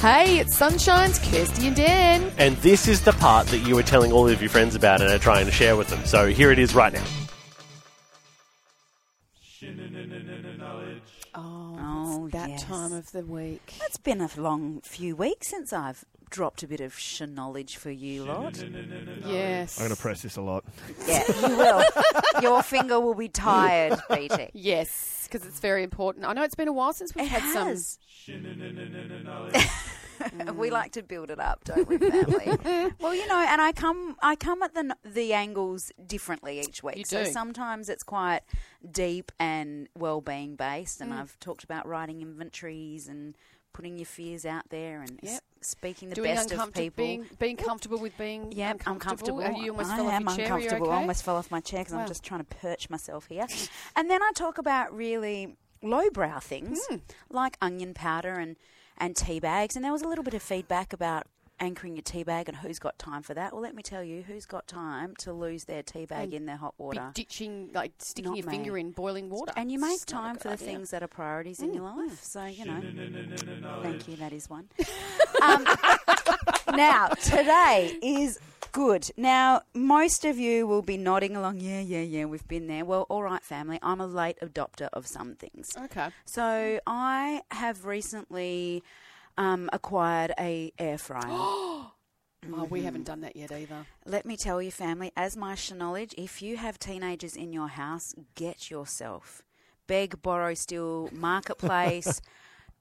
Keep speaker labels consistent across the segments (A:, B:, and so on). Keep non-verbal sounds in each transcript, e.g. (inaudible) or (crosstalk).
A: Hey, it's Sunshine's Kirsty and Dan.
B: And this is the part that you were telling all of your friends about and are trying to share with them. So here it is right now.
C: Oh,
D: it's that
C: yes.
D: time of the week.
C: It's been a long few weeks since I've dropped a bit of sh knowledge for you lot.
A: Yes.
E: I'm going to press this a lot.
C: Yeah, you will. Your finger will be tired, BT.
A: Yes, because it's very important. I know it's been a while since we've
C: It
A: had
C: has. we like to build it up, don't we, family? well, you know, and I come, I come at the n- the angles differently each week.
A: You
C: So
A: do.
C: sometimes it's quite deep and well being based, and I've talked about writing inventories and putting your fears out there and s-
A: Yep. some
C: speaking the
A: doing
C: best of
A: uncomfortable,
C: people.
A: being, being comfortable with being
C: Yeah,
A: uncomfortable.
C: uncomfortable.
A: Are you almost
C: I
A: fell off
C: am
A: your chair. Are you
C: uncomfortable.
A: okay?
C: I almost fell off my chair because
A: Wow.
C: I'm just trying to perch myself here. and then I talk about really lowbrow things
A: Hmm.
C: like onion powder and, and tea bags. And there was a little bit of feedback about anchoring your tea bag and who's got time for that. Well, let me tell you, who's got time to lose their tea bag in their hot
A: Be
C: water?
A: ditching, like sticking
C: Not
A: your
C: me.
A: finger in boiling water.
C: And you make
A: It's not a
C: time
A: good
C: for the
A: idea.
C: things that are priorities in your life. So, you know. Thank you, that is one. um, now, today is good. Now, most of you will be nodding along, yeah, yeah, yeah, we've been there. Well, all right, family, I'm a late adopter of some things.
A: Okay.
C: So, I have recently um, acquired a air fryer.
A: Oh,
C: Mm-hmm.
A: we haven't done that yet either.
C: Let me tell you, family, as my knowledge, if you have teenagers in your house, get yourself beg, borrow, steal,
A: (laughs)
C: marketplace,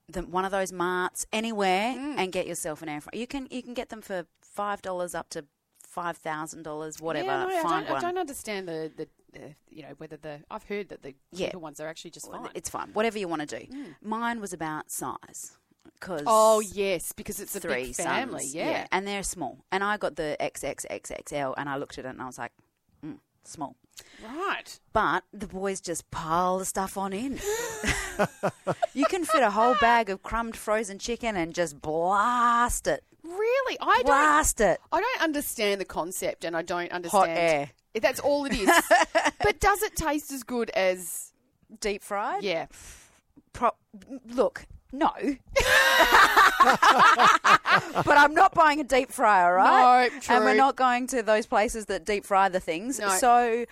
C: the, one of those marts, anywhere,
A: Mm.
C: and get yourself an air fryer. You can you can get them for five dollars up to five thousand dollars, whatever.
A: Yeah, no, I,
C: Find
A: don't, I
C: one.
A: don't understand the, the, the you know whether the I've heard that the
C: Yeah.
A: cheaper ones are actually just fine.
C: It's fine. Whatever you want to do. Mine was about size. 'cause
A: Mm. oh yes, because it's a
C: three
A: big family.
C: sons.
A: yeah.
C: and they're small. And I got the XXXXL, and I looked at it and I was like, mm, small.
A: right.
C: But the boys just pile the stuff on in. (laughs) you can fit a whole bag of crumbed frozen chicken and just blast it.
A: Really, I don't.
C: Blast it.
A: I don't understand the concept, and I don't understand
C: air.
A: That's all it is.
C: (laughs)
A: but does it taste as good as?
C: Deep fried?
A: Yeah.
C: Pro- look, no. (laughs) but I'm not buying a deep fryer, right?
A: No,
C: And we're
A: true.
C: not going to those places that deep fry the things.
A: No.
C: So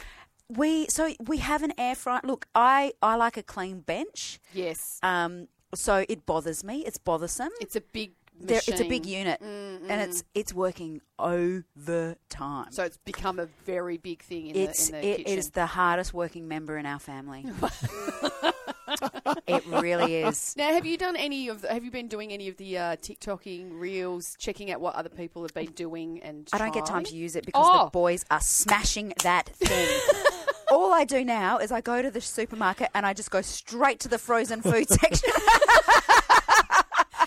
C: we so we have an air fryer. Look, I I like a clean bench.
A: Yes.
C: Um so it bothers me. It's bothersome.
A: It's a big.
C: there, it's a big
A: machine.
C: unit and it's it's working overtime.
A: So it's become a very big thing in
C: it's
A: the,
C: it
A: in the
C: is
A: kitchen.
C: the hardest working member in
A: (laughs)
C: our family. (laughs) it really is.
A: now, have you done any of? The, have you been doing any of the uh, TikToking reels, checking out what other people have been doing? And
C: I don't get time
A: trying?
C: to use it because
A: Oh.
C: the boys are smashing
A: (laughs)
C: that thing. All I do now is I go to the supermarket and I just go straight to the frozen
A: (laughs)
C: food section.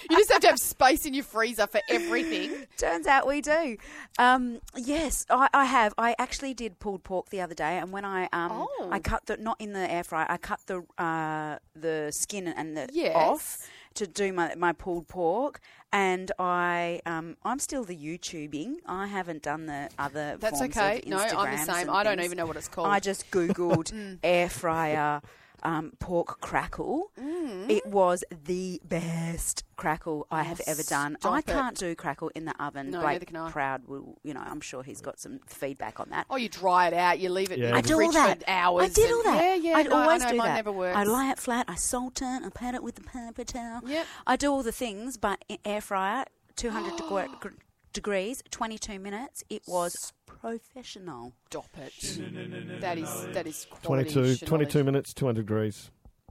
A: You just have to have space in your freezer for everything.
C: Turns out we do. Um, yes, I, I have. I actually did pulled pork the other day, and when I um,
A: Oh.
C: I cut the not in the air fryer, I cut the uh, the skin and the
A: Yes.
C: off to do my my pulled pork. And I um, I'm still the YouTubing. I haven't done the other.
A: That's
C: forms
A: okay.
C: Of
A: No, I'm the
C: Instagrams
A: same.
C: and
A: I don't
C: things.
A: even know what it's called.
C: I
A: (laughs)
C: just
A: Mm.
C: googled air fryer. Um, pork crackle.
A: Mm.
C: It was the best crackle I have ever done.
A: Oh, stop
C: I
A: it.
C: can't do crackle in the oven.
A: No,
C: Blake
A: neither can I.
C: Proud will, you know, I'm sure he's got some feedback on that.
A: Oh, you dry it out. You leave it.
E: Yeah.
A: in
E: I
A: the
C: I do all
A: fridge
C: that.
A: For hours.
C: I did all
A: and-
C: that.
A: Yeah, yeah.
C: I'd
A: no,
C: always
A: I know,
C: do
A: mine
C: that.
A: Never works.
C: I lie it flat. I salt it. I pat it with the paper towel.
A: Yep.
C: I do all the things, but in air fryer,
A: (gasps)
C: 200 deg- gr- degrees, 22 minutes. It was professional.
A: Stop it. That is that is quality
E: 22,
A: shit
E: 22
A: knowledge.
E: minutes, 200 degrees.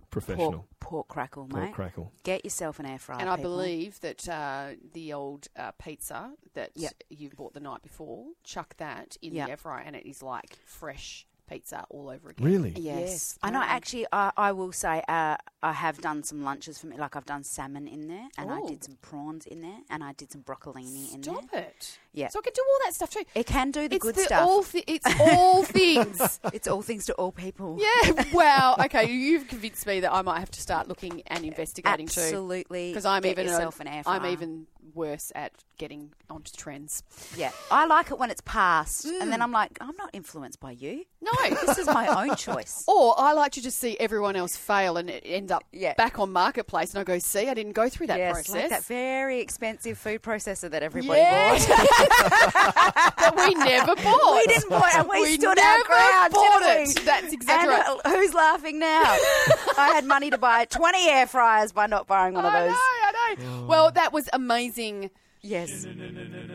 E: Professional.
C: Pork, pork crackle,
E: Pork
C: mate.
E: crackle.
C: Get yourself an air fryer.
A: And I
C: people.
A: believe that uh, the old uh, pizza that
C: Yep.
A: you bought the night before, chuck that in
C: Yep.
A: the air fryer, and it is like fresh pizza all over again.
E: Really?
C: Yes. Oh,
A: Yes,
C: I know.
A: apparently.
C: Actually, I, I will say uh, I have done some lunches for me. Like I've done salmon in there, and
A: Ooh.
C: I did some prawns in there, and I did some broccolini in there.
A: Oh. Stop it.
C: Yeah.
A: So I can do all that stuff too.
C: It can do the
A: it's
C: good
A: the
C: stuff.
A: All thi- it's
C: (laughs)
A: all things.
C: it's all things to all people.
A: Yeah. Wow. Okay. You've convinced me that I might have to start looking and investigating too.
C: Absolutely.
A: Because I'm
C: Get
A: even a-
C: yourself an air fryer.
A: I'm even worse at getting onto trends.
C: Yeah, I like it when it's past, and
A: Mm.
C: then I'm like, I'm not influenced by you.
A: No,
C: This is my
A: (laughs)
C: own choice.
A: Or I like to just see everyone else fail and it end up
C: Yeah.
A: back on marketplace, and I go, "See, I didn't go through that
C: yes,
A: process."
C: like that very expensive food processor that everybody
A: yeah,
C: (laughs)
A: (laughs)
C: bought.
A: that we never bought.
C: We didn't buy it, and we,
A: We
C: stood
A: never
C: our ground.
A: bought
C: didn't
A: it.
C: we?
A: That's exactly
C: And, uh, Who's laughing
A: (laughs)
C: now? I had money to buy 20 air fryers by not buying one of
A: I know,
C: those.
A: I know. Well, that was amazing.
C: Yes.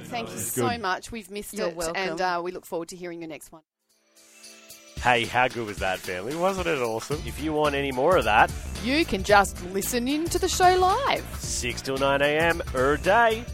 A: Thank you so much. We've missed
C: You're
A: it,
C: welcome.
A: and uh, we look forward to hearing your next one.
B: Hey, how good was that, family? Wasn't it awesome? If you want any more of that,
A: You can just listen in to the show live.
B: 6 till 9 a.m. er day.